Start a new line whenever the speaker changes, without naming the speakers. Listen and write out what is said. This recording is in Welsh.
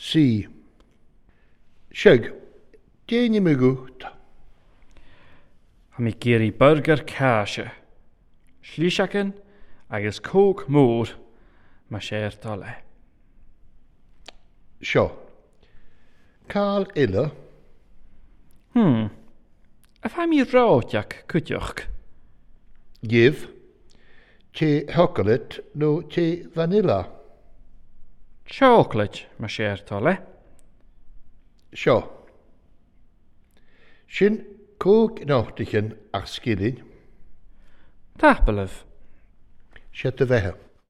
C. Sieg. Dyn i'n mynd
a mi geir i byrgyr cáise. Slíseachan agus cóg mór me séir tá le.
Sio. Cael illa.
A fa mi ráteach cwtioch,
Give. Te chocolate no te vanilla.
chocolate me séir tá le,
Sio. Sin cwg nochdichen ar sgilin.
tapalaf.
Siet y fehe.